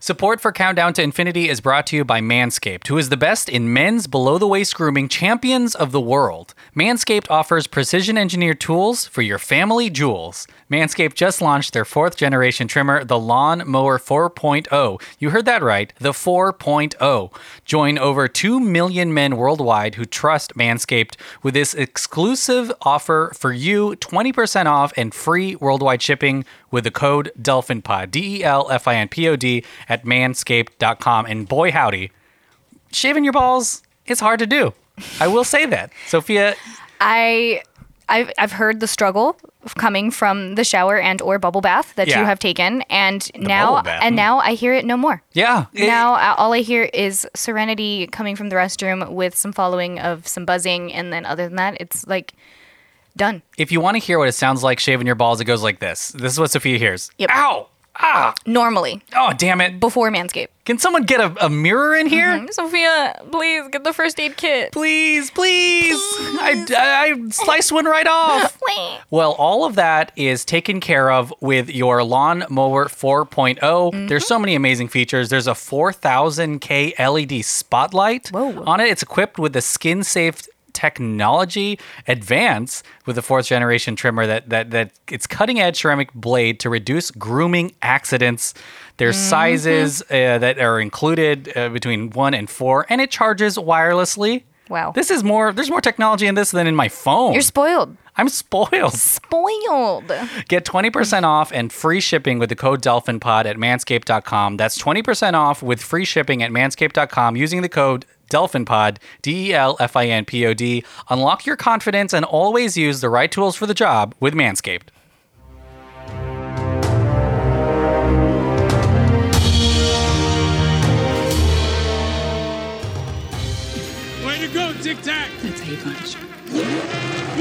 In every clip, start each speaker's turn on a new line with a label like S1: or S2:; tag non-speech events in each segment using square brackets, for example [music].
S1: Support for Countdown to Infinity is brought to you by Manscaped, who is the best in men's below the waist grooming champions of the world. Manscaped offers precision engineered tools for your family jewels. Manscaped just launched their fourth generation trimmer, the Lawn Mower 4.0. You heard that right, the 4.0. Join over 2 million men worldwide who trust Manscaped with this exclusive offer for you 20% off and free worldwide shipping with the code DelphinPod, D E L F I N P O D, at manscaped.com. And boy, howdy, shaving your balls is hard to do. I will say that. Sophia,
S2: I I've, I've heard the struggle of coming from the shower and or bubble bath that
S1: Yeah.
S2: you have taken and now
S3: bubble bath,
S2: and
S3: hmm.
S2: now I hear it no more.
S1: yeah. it-
S2: Now uh, all I hear is serenity coming from the restroom with some following of some buzzing and then other than that it's like done.
S1: if you want to hear what it sounds like shaving your balls, it goes like this. This is what Sophia hears.
S2: Yep.
S1: Ow! Ah!
S2: Normally
S1: Oh, damn it.
S2: before Manscaped. Hmm.
S1: Can someone get a, a mirror in
S3: Mm-hmm.
S1: here?
S2: Sophia, please get the first aid kit.
S1: Please, please. I, I sliced one right off.
S2: Please.
S1: Well, all of that is taken care of with your Lawn Mower 4.0.
S2: Mm-hmm.
S1: There's so many amazing features. There's a 4000K LED E spotlight
S2: Whoa.
S1: on it. It's equipped with the skin safe technology advance with the fourth generation trimmer that that that it's cutting edge ceramic blade to reduce grooming accidents. There's
S2: Mm-hmm.
S1: sizes uh, that are included uh, between 1 and 4 and it charges wirelessly.
S2: Wow.
S1: This is more there's more technology in this than in my phone.
S2: You're spoiled.
S1: I'm spoiled.
S2: Spoiled.
S1: Get 20% off and free shipping with the code DelphinPod at manscaped.com. That's 20% off with free shipping at manscaped.com using the code DelphinPod, D E L F I N P O D. Unlock your confidence and always use the right tools for the job with Manscaped.
S4: Way to go, Tic Tac!
S5: That's how you punish.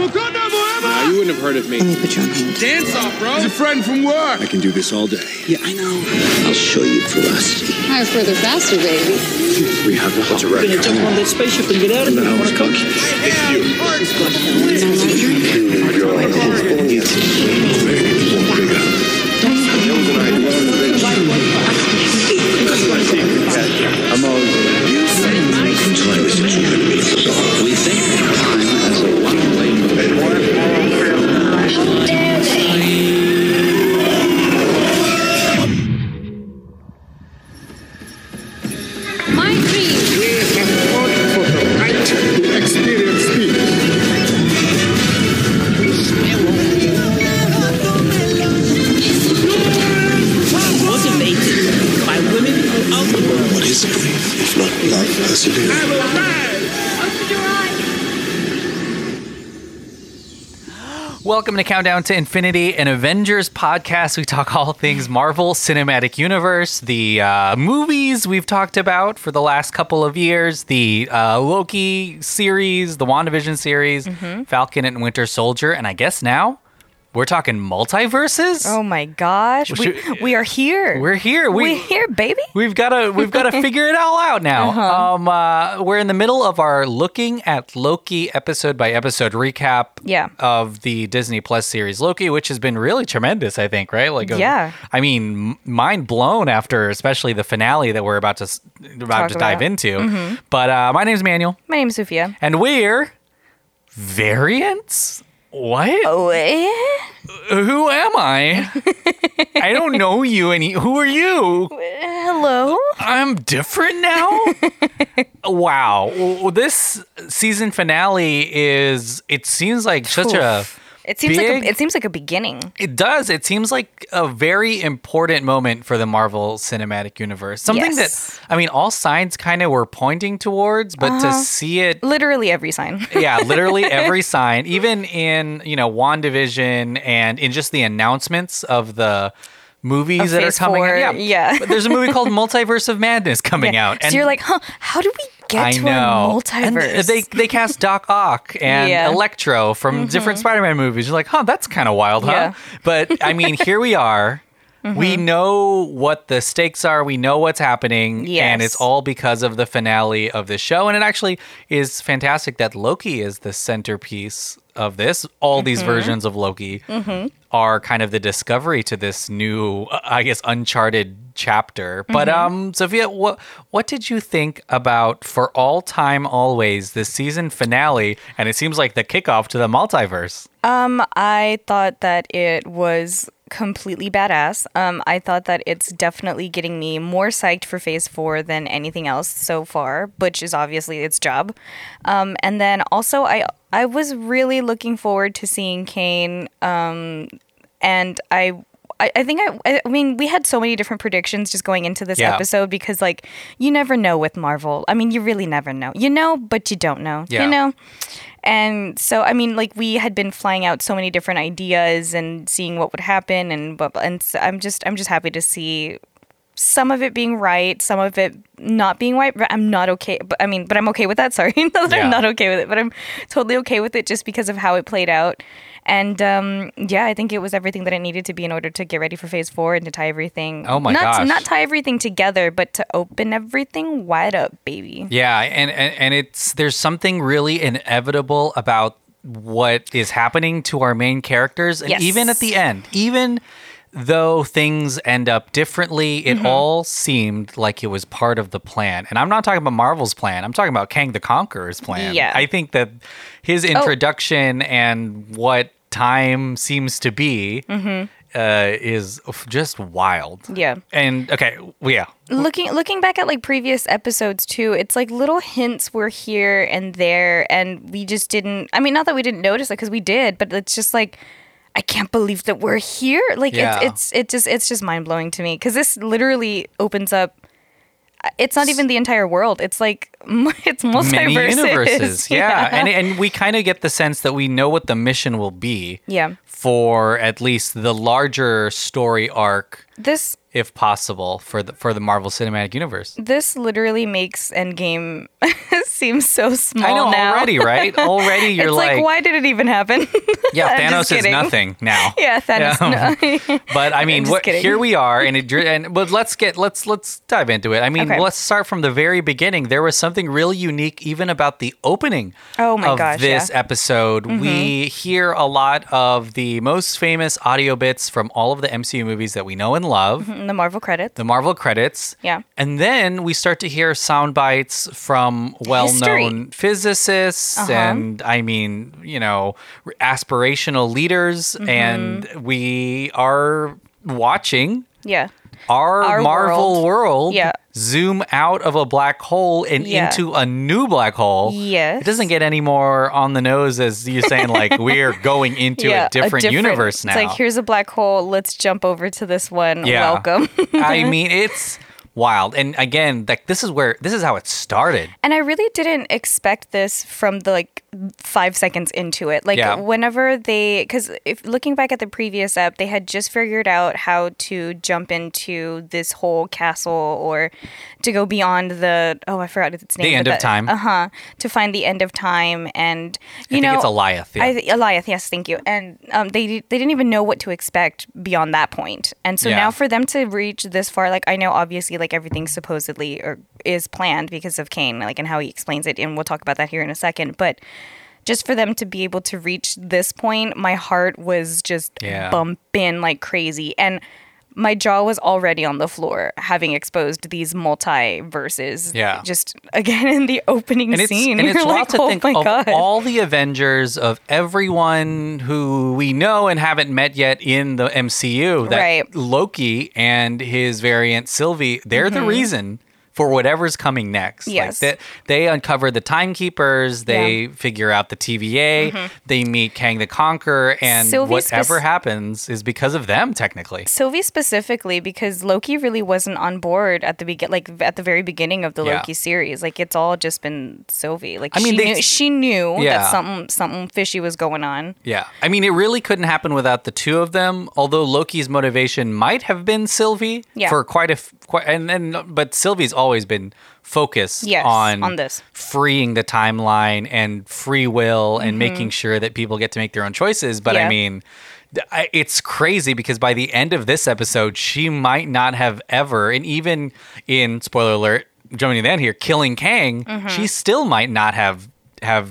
S4: Wakanda forever!
S6: You wouldn't have heard of me.
S5: Only put your hand.
S4: Dance off, bro!
S6: a friend from work. I can do this all day.
S5: Yeah, I know.
S6: I'll show you ferocity.
S7: Higher, further, faster, baby.
S6: We have the hot record.
S5: Jump on that spaceship and get out of here. I wanna come.
S6: I'm all You said my control was a We think of time as a one-way
S7: My dream.
S6: We have fought for the right to experience peace.
S5: Motivated by women out the world.
S6: What is it, if not love as it is?
S1: Welcome to Countdown to Infinity, an Avengers podcast. We talk all things Marvel Cinematic Universe, the uh, movies we've talked about for the last couple of years, the uh, Loki series, the WandaVision series,
S2: Mm-hmm.
S1: Falcon and Winter Soldier, and I guess now we're talking multiverses.
S2: Oh my gosh. We,
S1: should-
S2: we are here.
S1: We're here. We-
S2: We, are here, baby.
S1: We've got to
S2: [laughs]
S1: we've got to figure it all out now.
S2: Uh-huh.
S1: Um, uh, we're in the middle of our looking at Loki episode by episode recap.
S2: Yeah.
S1: Of the Disney Plus series Loki, which has been really tremendous. I think right. Like uh,
S2: Yeah.
S1: I mean, m- mind blown after especially the finale that we're about to s- about to dive
S2: about. Mm-hmm.
S1: into. But uh, my name's Manuel,
S2: My name's Sophia.
S1: and we're variants. What?
S2: Oh.
S1: Who am I?
S2: [laughs]
S1: I don't know you any. Who are you?
S2: Hello?
S1: I'm different now.
S2: [laughs]
S1: wow, W- this season finale is. It seems like such a.
S2: It seems like
S1: Big-
S2: a, it seems like a beginning.
S1: It does. It seems like a very important moment for the Marvel Cinematic Universe. Something
S2: Yes.
S1: that I mean, all signs kind of were pointing towards, but to
S2: Uh-huh.
S1: see it.
S2: Literally every sign.
S1: yeah, literally
S2: [laughs]
S1: every sign, even in you know WandaVision and in just the announcements of the movies that are
S2: Phase
S1: coming
S2: four,
S1: out.
S2: yeah.
S1: But there's a
S2: [laughs]
S1: movie called Multiverse of Madness coming out,
S2: so you're like, huh? How do we get
S1: I
S2: to
S1: know.
S2: a
S1: And
S2: multiverse?
S1: they they cast Doc Ock and
S2: Yeah. Mm-hmm.
S1: Electro from different Spider-Man movies. You're like, huh, that's kind of wild, huh?
S2: Yeah. [laughs]
S1: But I mean, here we are.
S2: Mm-hmm.
S1: We know what the stakes are. We know what's happening, and
S2: Yes.
S1: it's all because of the finale of the show. And it actually is fantastic that Loki is the centerpiece of this. All these versions of Loki are kind of the discovery to this new, uh, I guess, uncharted chapter. But um, Sophia, what what did you think about for all time, always the season finale? And it seems like the kickoff to the multiverse.
S3: I thought that it was completely badass. Um, I thought that it's definitely getting me more psyched for Phase Four than anything else so far, which is obviously its job. Um, and then also, I I was really looking forward to seeing Kane um, and I. I I think I, I mean, we had so many different predictions just going into this
S1: Yeah.
S3: episode because, like, you never know with Marvel. I mean, you really never know. You know, but you don't know.
S1: Yeah.
S3: You know? And so, I mean, like, we had been flying out so many different ideas and seeing what would happen, and blah, blah, and so I'm just, I'm just happy to see some of it being right, some of it not being right. But I'm not okay. But I mean, but I'm okay with that. [laughs] Sorry, not that
S1: Yeah.
S3: I'm not okay with it, but I'm totally okay with it just because of how it played out. And um, yeah, I think it was everything that it needed to be in order to get ready for Phase Four and to tie everything.
S1: Oh my
S3: not,
S1: gosh.
S3: Not tie everything together, but to open everything wide up, baby.
S1: Yeah, and, and and it's there's something really inevitable about what is happening to our main characters, and
S3: Yes.
S1: even at the end, even though things end up differently,
S3: Mm-hmm.
S1: it all seemed like it was part of the plan. And I'm not talking about Marvel's plan; I'm talking about Kang the Conqueror's plan.
S3: Yeah. Oh.
S1: I think that his introduction and what time seems to be. Uh, is just wild.
S3: Mm-hmm. Yeah.
S1: And okay, well, yeah.
S3: looking looking back at like previous episodes too it's like little hints were here and there and we just didn't i mean not that we didn't notice it because we did but it's just like i can't believe that we're here like
S1: Yeah.
S3: it's it's it just it's just mind-blowing to me because this literally opens up uh, it's not even the entire world it's like [laughs] it's
S1: [laughs]
S3: multiverses
S1: many
S3: [laughs]
S1: universes. Yeah, and and we kind of get the sense that we know what the mission will be.
S3: Yeah.
S1: For at least the larger story arc,
S3: this
S1: if possible, for the for the Marvel Cinematic Universe.
S3: this literally makes endgame [laughs] seem so small
S1: I know
S3: now
S1: already,
S3: [laughs]
S1: right? Already, you're
S3: it's like, why did it even happen [laughs]
S1: yeah,
S3: I'm just
S1: Thanos is
S3: kidding.
S1: nothing now.
S3: [laughs] yeah thanos
S1: Yeah.
S3: no.
S1: [laughs] But I mean,
S3: just
S1: what,
S3: kidding.
S1: here we are, and it dri- and but let's get let's let's dive into it. I mean,
S3: Okay.
S1: let's start from the very beginning. There was something really unique, even about the opening.
S3: Oh my
S1: of
S3: gosh,
S1: This
S3: yeah. Mm-hmm.
S1: episode, we hear a lot of the most famous audio bits from all of the MCU movies that we know and love
S3: in [laughs] the marvel credits
S1: the Marvel credits.
S3: Yeah.
S1: And then we start to hear sound bites from well known physicists
S3: Uh-huh.
S1: and, I mean, you know, r- aspirational leaders.
S3: Mm-hmm.
S1: And we are watching
S3: yeah
S1: our,
S3: Our
S1: Marvel world,
S3: world. Yeah.
S1: zoom out of a black hole and
S3: Yeah.
S1: into a new black hole.
S3: Yes.
S1: It doesn't get any more on the nose as you're saying, like, we're
S3: [laughs]
S1: going into a, different universe now.
S3: It's like here's a black hole. Let's jump over to this one.
S1: Yeah.
S3: Welcome. [laughs]
S1: I mean, it's wild. And again, like this is where this is how it started.
S3: and I really didn't expect this from the like five seconds into it. Like
S1: Yeah.
S3: whenever they, because if looking back at the previous app, they had just figured out how to jump into this whole castle or to go beyond the oh I forgot its name.
S1: The end of time.
S3: Uh huh. To find the end of time, and you
S1: I
S3: know
S1: think it's Eliath. Yeah.
S3: I th- Eliath, yes, thank you. And um, they di- they didn't even know what to expect beyond that point. And so
S1: Yeah.
S3: now for them to reach this far, like I know obviously like everything supposedly or is planned because of Kane, like and how he explains it, and we'll talk about that here in a second. But just for them to be able to reach this point, my heart was just
S1: Yeah.
S3: bumping like crazy, and my jaw was already on the floor having exposed these multiverses.
S1: Yeah.
S3: just again in the opening
S1: and it's,
S3: scene,
S1: and it's
S3: you're
S1: wild
S3: [laughs] like,
S1: to
S3: oh
S1: think
S3: my
S1: of
S3: god,
S1: all the Avengers of everyone who we know and haven't met yet in the MCU. That
S3: Right.
S1: Loki and his variant Sylvie, they're the reason for whatever's coming next.
S3: Mm-hmm. Yes.
S1: Like they, they uncover the timekeepers, they figure out the TVA, they meet Kang the Conqueror, and
S3: Mm-hmm. Sylvie spec-
S1: whatever happens is because of them technically.
S3: Sylvie specifically because Loki really wasn't on board at the begin, like at the very beginning of the
S1: Yeah.
S3: Loki series. Like it's all just been Sylvie. Like
S1: I mean,
S3: she,
S1: they-
S3: knew, she knew
S1: Yeah.
S3: that something something fishy was going on.
S1: Yeah. I mean, it really couldn't happen without the two of them, although Loki's motivation might have been Sylvie
S3: Yeah.
S1: for quite a f- quite and then but Sylvie's always been focused
S3: Yes,
S1: on
S3: on this.
S1: freeing the timeline and free will and making sure that people get to make their own choices, but I
S3: Mm-hmm. Yeah.
S1: mean, I- it's crazy because by the end of this episode, she might not have ever, and even in spoiler alert, jumping to the end here, killing Kang,
S3: Mm-hmm.
S1: she still might not have have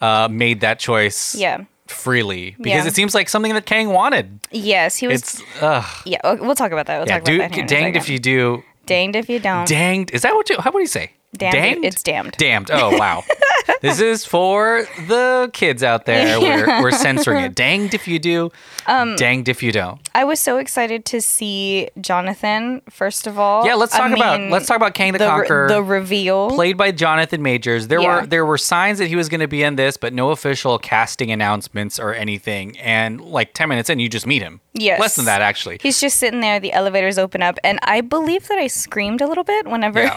S1: uh, made that choice.
S3: Yeah.
S1: Freely, because
S3: Yeah.
S1: it seems like something that Kang wanted.
S3: Yes, he was.
S1: It's uh,
S3: yeah, okay, we'll talk about that. We'll
S1: yeah,
S3: talk about
S1: dude,
S3: that. here in a
S1: danged if
S3: second.
S1: you do,
S3: Danged if you don't.
S1: danged. Is that what you? How would you say?
S3: Damned,
S1: Danged?
S3: it's damned.
S1: Damned. Oh
S3: [laughs]
S1: wow. this is for the kids out there. We're, we're censoring it. Danged if you do.
S3: Um,
S1: danged if you don't.
S3: I was so excited to see Jonathan. First of all,
S1: Yeah, let's
S3: oh, I
S1: talk about
S3: mean,
S1: let's talk about Kang the,
S3: the, re-
S1: Conqueror,
S3: the reveal.
S1: played by Jonathan Majors. There
S3: Yeah.
S1: were there were signs that he was going to be in this, but no official casting announcements or anything. And like ten minutes in, you just meet him.
S3: Yes.
S1: less than that actually.
S3: He's just sitting there. The elevators open up, and I believe that I screamed a little bit whenever [laughs]
S1: yeah,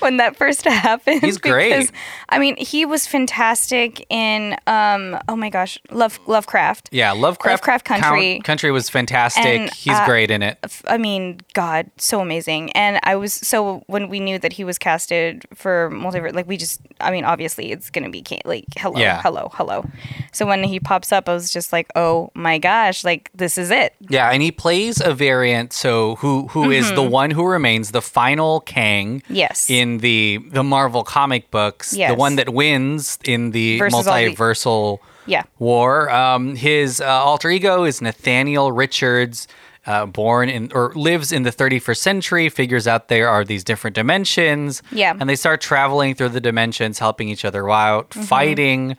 S3: when that first [laughs] happened.
S1: He's great.
S3: because, I mean, he was fantastic in um. Oh my gosh, Love Lovecraft.
S1: yeah. Lovecraft,
S3: Lovecraft Country.
S1: Count- Country was fantastic.
S3: And,
S1: He's
S3: uh,
S1: great in it.
S3: f- I mean, God, so amazing. And I was so when we knew that he was casted for multiverse, like we just, I mean, obviously it's gonna be Kate, like hello,
S1: Yeah.
S3: hello, hello. So when he pops up, I was just like, oh my gosh, like this is it.
S1: Yeah, and he plays a variant. So who who is the one who remains the final Kang?
S3: Mm-hmm. Yes.
S1: in the the Marvel comic books, the
S3: Yes.
S1: one that wins in the
S3: Versus all the-
S1: multiversal
S3: Yeah.
S1: war. Um, his uh, alter ego is Nathaniel Richards. Uh, born in or lives in the 31st century, figures out there are these different dimensions.
S3: Yeah.
S1: And they start traveling through the dimensions, helping each other out, fighting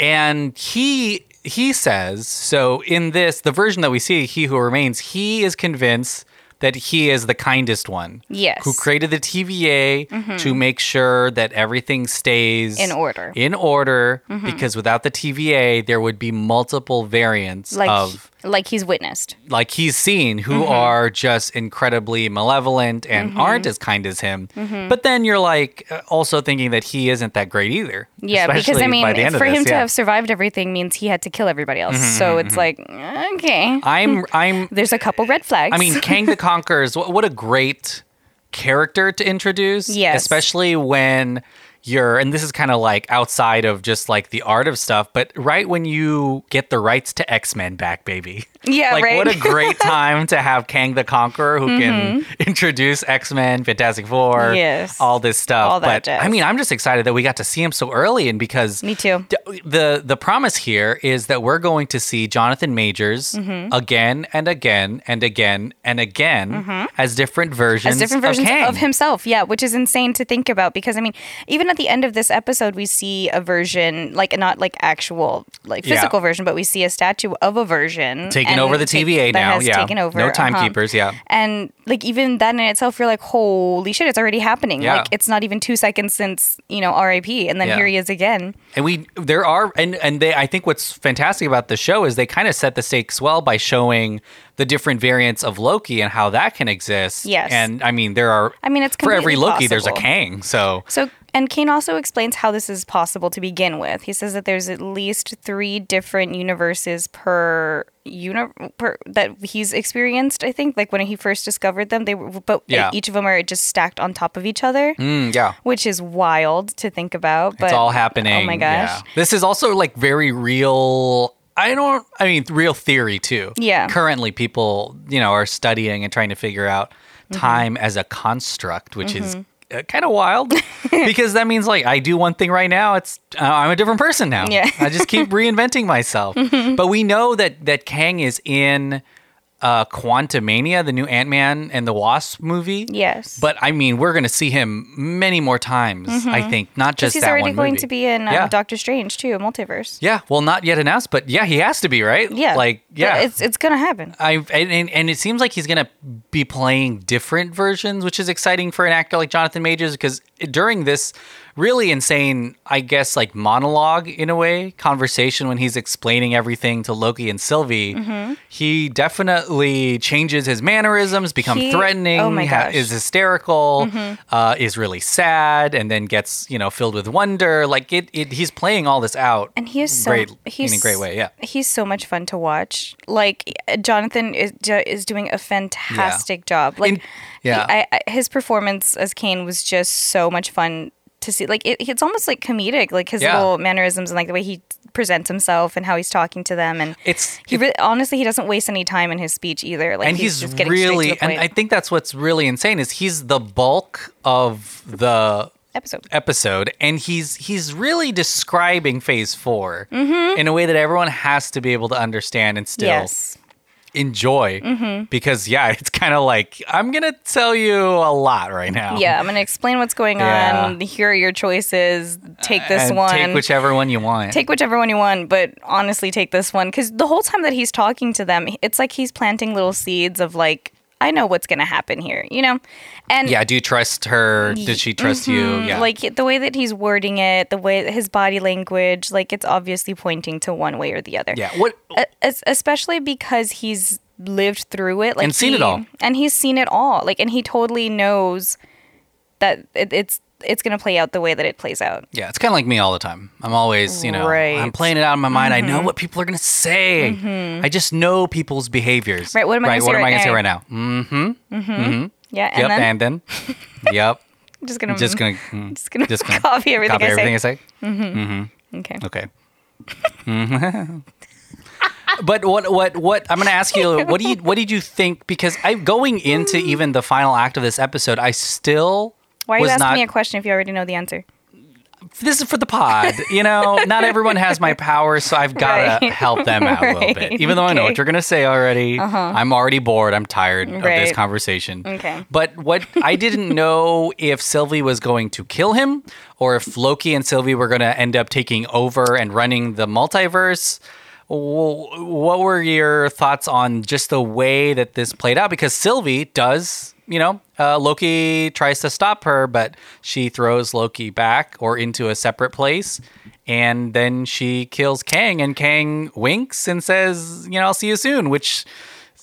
S1: and he he says so in this the version that we see he who remains he is convinced that he is the kindest one
S3: Yes. Mm-hmm.
S1: who created the tva to make sure that everything stays
S3: In order. Mm-hmm.
S1: in order because without the tva there would be multiple variants
S3: Like Mm-hmm.
S1: of
S3: like he's witnessed.
S1: like he's seen who are just incredibly malevolent and
S3: Mm-hmm.
S1: aren't as kind as him but then you're like uh, also thinking that he isn't that great either
S3: Yeah, because I
S1: especially by the
S3: mean,
S1: end of
S3: for
S1: this,
S3: him to
S1: yeah. Mm-hmm,
S3: have survived everything means he had to kill everybody else. so it's like, okay,
S1: I'm I'm
S3: there's a couple red flags.
S1: I mean Kang the Conqueror is what, what a great character to introduce.
S3: Yes.
S1: Especially when you're and this is kind of like outside of just like the art of stuff, but right when you get the rights to X-Men back, baby.
S3: Yeah,
S1: like
S3: right.
S1: what a
S3: [laughs]
S1: great time to have Kang the Conqueror who can introduce X-Men, Fantastic Four,
S3: Mm-hmm. Yes.
S1: all this stuff.
S3: All that
S1: but
S3: jazz.
S1: I mean, I'm just excited that we got to see him so early and because
S3: me too.
S1: D- the the promise here is that we're going to see Jonathan Majors
S3: Mm-hmm.
S1: again and again and again and again as different versions,
S3: Mm-hmm. as different versions
S1: of, Kang.
S3: of, himself. Yeah, which is insane to think about because I mean, even at the end of this episode, we see a version like not like actual like
S1: Yeah.
S3: physical version, but we see a statue of a version
S1: Taking
S3: and
S1: over the
S3: take-
S1: TVA
S3: that
S1: now,
S3: Has
S1: yeah.
S3: taken over. uh-huh.
S1: No timekeepers, yeah.
S3: And like even that in itself, you're like, holy shit, it's already happening.
S1: Yeah.
S3: Like it's not even two seconds since you know RIP, and then
S1: Yeah.
S3: here he is again.
S1: and we there are and and they I think what's fantastic about the show is they kind of set the stakes well by showing the different variants of Loki and how that can exist.
S3: Yes.
S1: And I mean there are
S3: I mean, it's
S1: for every
S3: completely
S1: Loki there's a
S3: possible.
S1: Kang. So
S3: So, and Kane also explains how this is possible to begin with. He says that there's at least three different universes per uni- per that he's experienced. I think, like when he first discovered them, they were, but
S1: Yeah.
S3: each of them are just stacked on top of each other,
S1: mm, yeah.
S3: which is wild to think about. But
S1: it's all happening.
S3: Oh my gosh.
S1: Yeah. This is also like very real. I don't. I mean, real theory too.
S3: Yeah.
S1: Currently, people you know are studying and trying to figure out
S3: Mm-hmm.
S1: time as a construct, which is. Uh, kind of
S3: [laughs]
S1: wild because that means like I do one thing right now it's uh, I'm a different person now.
S3: Yeah. Mm-hmm.
S1: I just
S3: [laughs]
S1: keep reinventing myself. But we know that that Kang is in uh Quantumania, the new Ant-Man and the Wasp movie.
S3: Yes.
S1: But I mean, we're going to see him many more times, I think, not just
S3: he's
S1: that
S3: Mm-hmm. already
S1: one
S3: going
S1: movie.
S3: to be in um,
S1: Yeah.
S3: Doctor Strange too, multiverse.
S1: Yeah, well, not yet announced, but yeah, he has to be, right?
S3: Yeah,
S1: Like,
S3: But
S1: yeah.
S3: it's it's gonna happen.
S1: I and, and and it seems like he's gonna be playing different versions, which is exciting for an actor like Jonathan Majors because during this really insane, I guess, like monologue in a way conversation when he's explaining everything to Loki and Sylvie,
S3: Mm-hmm.
S1: he definitely changes his mannerisms, become
S3: He-
S1: threatening,
S3: oh my gosh. Mm-hmm.
S1: is hysterical, uh, is really sad, and then gets you know filled with wonder. Like it, it he's playing all this out.
S3: and he is so
S1: great-
S3: he's,
S1: in a great way, yeah.
S3: he's so much fun to watch like jonathan is, jo- is doing a fantastic job like
S1: And- yeah.
S3: he- I, I, his performance as kane was just so much fun to see like it, it's almost like comedic like his
S1: Yeah.
S3: little mannerisms and like the way he presents himself and how he's talking to them and
S1: It's-
S3: he re- honestly he doesn't waste any time in his speech either like
S1: and
S3: he's,
S1: he's,
S3: just getting
S1: really
S3: straight to the
S1: and
S3: point.
S1: i think that's what's really insane is he's the bulk of the
S3: episode
S1: episode and he's he's really describing phase 4 in a way that everyone has to be able to understand and still um,
S3: Mm-hmm. yes Mm-hmm.
S1: enjoy because yeah it's kind of like i'm gonna tell you a lot right now
S3: yeah i'm gonna explain what's going
S1: Yeah.
S3: on here are your choices take this
S1: and
S3: one
S1: take whichever one you want
S3: take whichever one you want, but honestly, take this one because the whole time that he's talking to them, it's like he's planting little seeds of like, I know what's gonna happen here, you know, and mm,
S1: yeah do you trust her did she trust you yeah
S3: mm-hmm. like the way that he's wording it, the way his body language, like it's obviously pointing to one way or the other. E,
S1: yeah what
S3: Es- especially because he's lived through it, like
S1: And seen it
S3: he-
S1: all.
S3: and he's seen it all, like, and he totally knows that it, it's it's gonna play out the way that it plays out.
S1: Yeah, it's kind of like me all the time. I'm always, you know,
S3: Right. Mm-hmm.
S1: I'm playing it out in my mind. I know what people are going to say. I just know people's behaviors.
S3: Right, what am I gonna say
S1: what am
S3: right
S1: I gonna say
S3: now?
S1: right now? Mm,
S3: Yeah, and
S1: yep,
S3: then Mm-hmm.
S1: and
S3: [laughs]
S1: then. yep.
S3: I'm just gonna
S1: I'm just going to
S3: [laughs] just gonna
S1: just gonna
S3: [laughs] copy everything
S1: copy
S3: I
S1: everything I
S3: say.
S1: say.
S3: okay.
S1: Okay. Mhm. [laughs] but what what what I'm going to ask you what do you what did you think because I going
S3: [gasps]
S1: into even the final act of this episode, I still
S3: Why are you
S1: was
S3: asking
S1: not
S3: me a question if you already know the answer?
S1: this is for the pod. You know, not everyone has my power, so
S3: [laughs]
S1: I've got to
S3: Right.
S1: help them out a little bit.
S3: Right.
S1: Even though I know what
S3: Okay. Uh-huh.
S1: you're going to say already, I'm already bored. I'm tired of this
S3: Right.
S1: conversation.
S3: Okay.
S1: But what I
S3: [laughs]
S1: didn't know if Sylvie was going to kill him or if Loki and Sylvie were going to end up taking over and running the multiverse. Wh- What were your thoughts on just the way that this played out? Because Sylvie does, you know, uh, Loki tries to stop her, but she throws Loki back or into a separate place. And then she kills Kang, and Kang winks and says, you know, I'll see you soon, which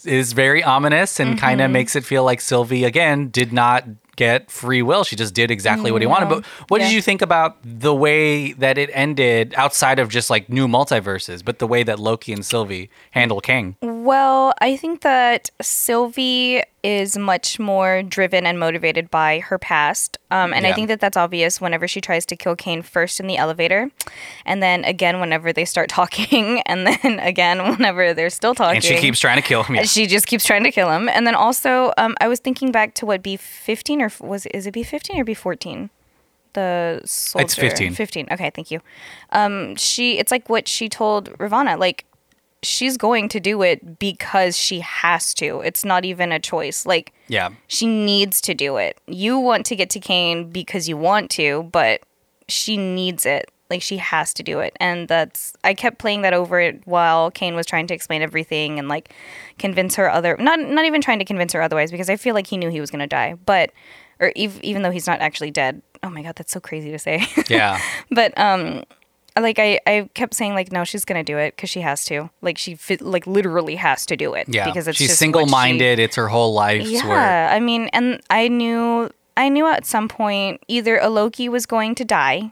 S1: is very ominous and kind
S3: Mm-hmm.
S1: of makes it feel like Sylvie again did not get free will. She just did exactly what he wanted. But what did
S3: Yeah.
S1: you think about the way that it ended outside of just like new multiverses, but the way that Loki and Sylvie handle Kang?
S3: Well, I think that Sylvie is much more driven and motivated by her past. Um, and
S1: Yeah.
S3: I think that that's obvious whenever she tries to kill Kane first in the elevator, and then again whenever they start [laughs] talking, and then again whenever they're still talking.
S1: And she keeps trying to kill
S3: [laughs]
S1: him. Yeah.
S3: She just keeps trying to kill him. And then also, um, I was thinking back to what B fifteen or f- was is it B fifteen or B fourteen? The soldier.
S1: 15.
S3: Fifteen. Okay, thank you. Um, she. It's like what she told Ravana. Like she's going to do it because she has to. It's not even a choice. Like
S1: Yeah.
S3: she needs to do it. You want to get to Kane because you want to, but she needs it. Like she has to do it. And that's I kept playing that over it while Kane was trying to explain everything and like convince her other not not even trying to convince her otherwise because I feel like he knew he was going to die. But or ev- even though he's not actually dead. Oh my god, that's so crazy to say. [laughs]
S1: Yeah.
S3: but um like I, I kept saying like no she's gonna do it because she has to like she fit, like literally has to do it
S1: Yeah.
S3: because it's
S1: She's
S3: just what she-
S1: single minded. It's her whole life's
S3: yeah,
S1: work.
S3: I mean, and I knew I knew at some point either a Loki was going to die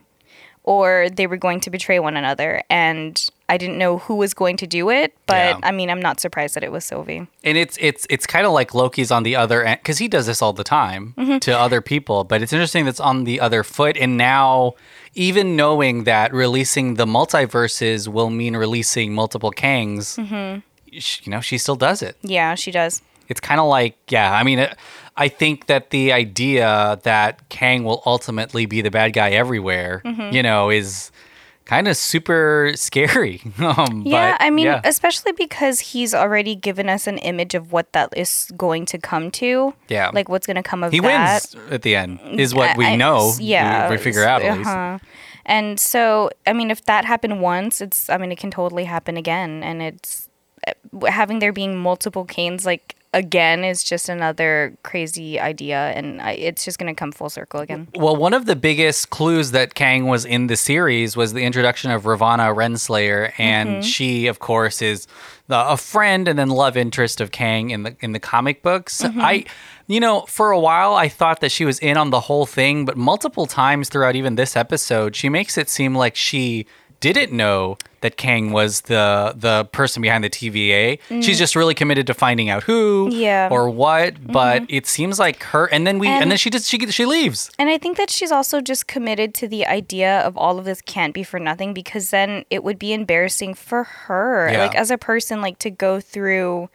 S3: or they were going to betray one another and I didn't know who was going to do it, but
S1: Yeah.
S3: I mean, I'm not surprised that it was Sylvie.
S1: And it's it's it's kind of like Loki's on the other end because he does this all the time
S3: Mm-hmm.
S1: to other people. But it's interesting that's on the other foot. And now, even knowing that releasing the multiverses will mean releasing multiple Kangs,
S3: Mm-hmm.
S1: sh- you know, she still does it.
S3: Yeah, she does.
S1: It's kind of like yeah. I mean, it, I think that the idea that Kang will ultimately be the bad guy everywhere,
S3: Mm-hmm.
S1: you know, is kind of super scary. [laughs] um,
S3: Yeah,
S1: but,
S3: I mean,
S1: yeah.
S3: especially because he's already given us an image of what that is going to come to.
S1: Yeah.
S3: Like what's going to come of
S1: He
S3: that.
S1: wins at the end, is what we
S3: I- I-
S1: know.
S3: s- Yeah,
S1: we, we figure out at least.
S3: uh-huh. And so, I mean, if that happened once, it's I mean, it can totally happen again. And it's uh, having there being multiple canes like again is just another crazy idea, and I, it's just gonna come full circle again.
S1: Well, one of the biggest clues that Kang was in the series was the introduction of Ravana Renslayer, and she, of course, is the, a friend and then love interest of Kang in the in the comic books. I, you know, for a while I thought that she was in on the whole thing, but multiple times throughout even this episode, she makes it seem like she didn't know that Kang was the the person behind the TVA. She's just really committed to finding out who
S3: Yeah.
S1: or what, but it seems like her and then we and,
S3: And-
S1: then she just she she leaves.
S3: And I think that she's also just committed to the idea of all of this can't be for nothing because then it would be embarrassing for her,
S1: Yeah.
S3: like as a person, like to go through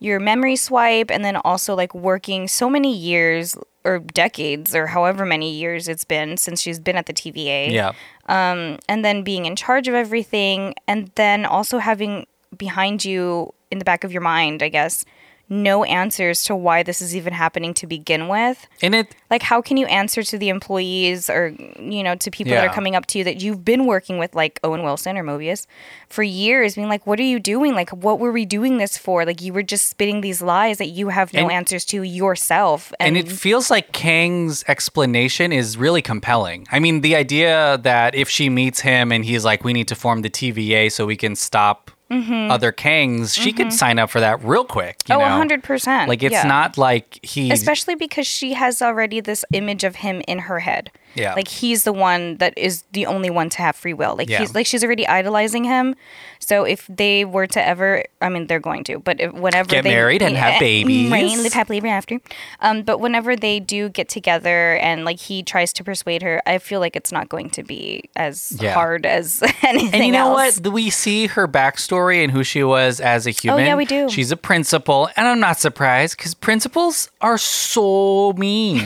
S3: your memory swipe and then also like working so many years or decades or however many years it's been since she's been at the TVA
S1: Yeah.
S3: and then being in charge of everything and then also having behind you in the back of your mind, I guess, no answers to why this is even happening to begin with
S1: And it
S3: like how can you answer to the employees or you know to people that
S1: Yeah.
S3: are coming up to you that you've been working with like owen wilson or mobius for years being like what are you doing like what were we doing this for like you were just spitting these lies that you have no
S1: And-
S3: answers to yourself
S1: and it feels like Kang's explanation is really compelling. I mean, the idea that if she meets him and he's like, "We need to form the TVA so we can stop other Kangs," she could sign up for that real quick. You
S3: Mm-hmm. oh
S1: know?
S3: 100%
S1: Like it's
S3: yeah.
S1: not like he.
S3: especially because she has already this image of him in her head
S1: Yeah.
S3: like he's the one that is the only one to have free will like
S1: Yeah.
S3: he's like she's already idolizing him so if they were to ever i mean they're going to but if, whenever
S1: Get
S3: they
S1: married and have
S3: Yeah, Mm,
S1: babies.
S3: right, live happily ever after um but whenever they do get together and like he tries to persuade her i feel like it's not going to be as
S1: Yeah.
S3: hard as [laughs] anything
S1: and you know
S3: else Oh,
S1: what? We see her backstory and who she was as a human.
S3: yeah, we do.
S1: She's a principal, and I'm not surprised because principals are so
S3: [laughs]
S1: mean.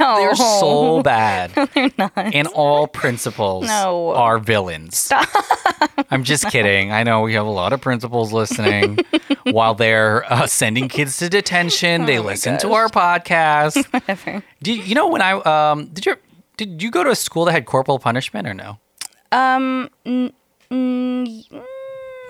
S1: no, they're so bad. they're not. And all principals
S3: No.
S1: are villains. [laughs] I'm just kidding. I know we have a lot of principals
S3: [laughs]
S1: listening. While they're uh, sending kids to
S3: Oh
S1: detention, they listen to our podcast.
S3: [laughs]
S1: Whatever. Do you, you know when I um did you did you go to a school that had corporal punishment or no?
S3: Um,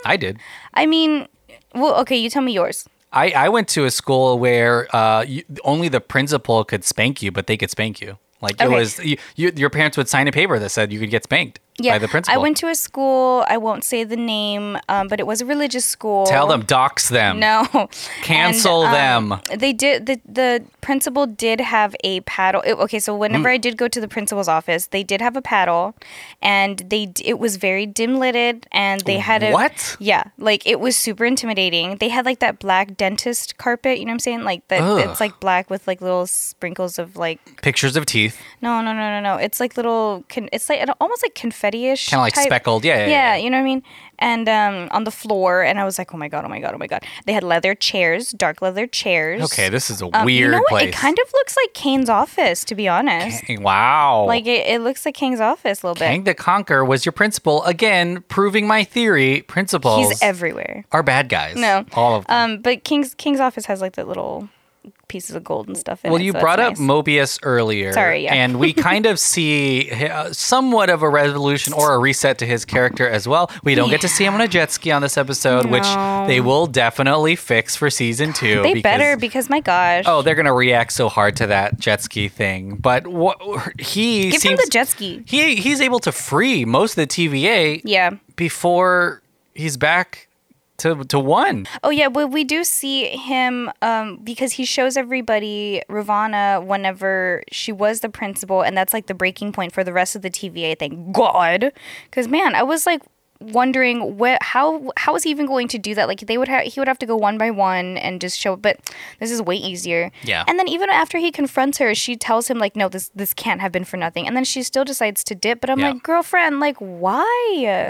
S1: I did.
S3: i mean well okay you tell me yours
S1: I, I went to a school where uh, you, only the principal could spank you, but they could spank you. Like it
S3: Okay.
S1: was you, you, your parents would sign a paper that said you could get spanked by the principal.
S3: I went to a school. I won't say the name, um, but it was a religious school.
S1: tell them, dox them,
S3: [laughs] No. um,
S1: cancel them.
S3: They did. The, the principal did have a paddle. It- okay, so whenever
S1: Hmm.
S3: I did go to the principal's office, they did have a paddle, and they d- it was very dim lighted, and they had a
S1: What?
S3: Yeah, like it was super intimidating. They had like that black dentist carpet. You know what I'm saying? Like that.
S1: Ugh.
S3: It's like black with like little sprinkles of like
S1: Pictures of teeth,
S3: no, no, no, no, no. It's like little. Con- it's like almost like confetti-ish.
S1: kind of like
S3: type-
S1: speckled. Yeah, yeah.
S3: yeah,
S1: yeah.
S3: you know what I mean? And um, on the floor, and I was like, oh my God, oh my God, oh my God. They had leather chairs, dark leather chairs.
S1: Okay, this is a
S3: Um,
S1: weird
S3: you know what?
S1: place.
S3: It kind of looks like Kane's office, to be honest.
S1: wow.
S3: Like, it, it looks like Kane's office a little
S1: Kang
S3: bit.
S1: the Conqueror was your principal again, proving my theory. Principals
S3: He's everywhere.
S1: are bad guys.
S3: No.
S1: all of them.
S3: Um, but King's King's office has like the little pieces of gold and stuff in
S1: Well,
S3: it.
S1: you
S3: so that's
S1: brought up
S3: nice.
S1: Mobius earlier.
S3: Sorry, yeah.
S1: And
S3: [laughs]
S1: we kind of see uh, somewhat of a resolution or a reset to his character as well. We don't get to see him on a jet ski on this episode, which they will definitely fix for season two.
S3: They
S1: because-
S3: better because my gosh.
S1: Oh, they're gonna react so hard to that jet ski thing, but what he
S3: Give him
S1: seems
S3: the jet ski.
S1: he he's able to free most of the TVA
S3: Yeah.
S1: before he's back to to one.
S3: Oh yeah, but we do see him um, because he shows everybody Ravana whenever she was the principal, and that's like the breaking point for the rest of the TVA. Thank God, because man, I was like wondering what how how is he even going to do that? Like they would have he would have to go one by one and just show. But this is way easier.
S1: Yeah.
S3: And then even after he confronts her, she tells him like, no, this this can't have been for nothing. And then she still decides to dip. But I'm
S1: Yeah.
S3: like, girlfriend, like why?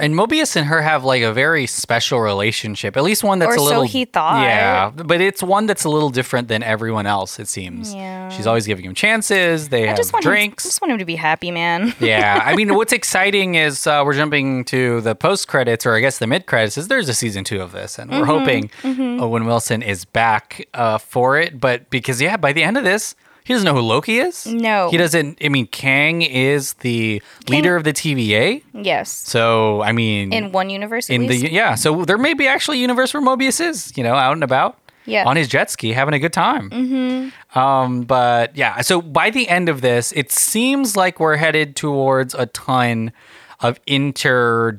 S1: And Mobius and her have like a very special relationship, at least one that's
S3: Or
S1: a
S3: so
S1: little.
S3: he thought.
S1: Yeah, but it's one that's a little different than everyone else. It seems.
S3: Yeah.
S1: She's always giving him chances. They
S3: I
S1: have
S3: just want
S1: drinks.
S3: Him, I just want him to be happy, man.
S1: yeah, I mean, what's exciting is uh, we're jumping to the post credits, or I guess the mid credits. Is there's a season two of this, and we're hoping Owen Wilson is back uh, for it. But because yeah, by the end of this. He doesn't know who Loki is.
S3: No.
S1: He doesn't. I mean, Kang is the leader of the TVA.
S3: [laughs] yes.
S1: So, I mean.
S3: in one universe at
S1: in the
S3: least.
S1: yeah so there may be actually a universe where mobius is you know out and about
S3: Yeah.
S1: on his jet ski having a good time mm-hmm. um but yeah so by the end of this it seems like we're headed towards a ton of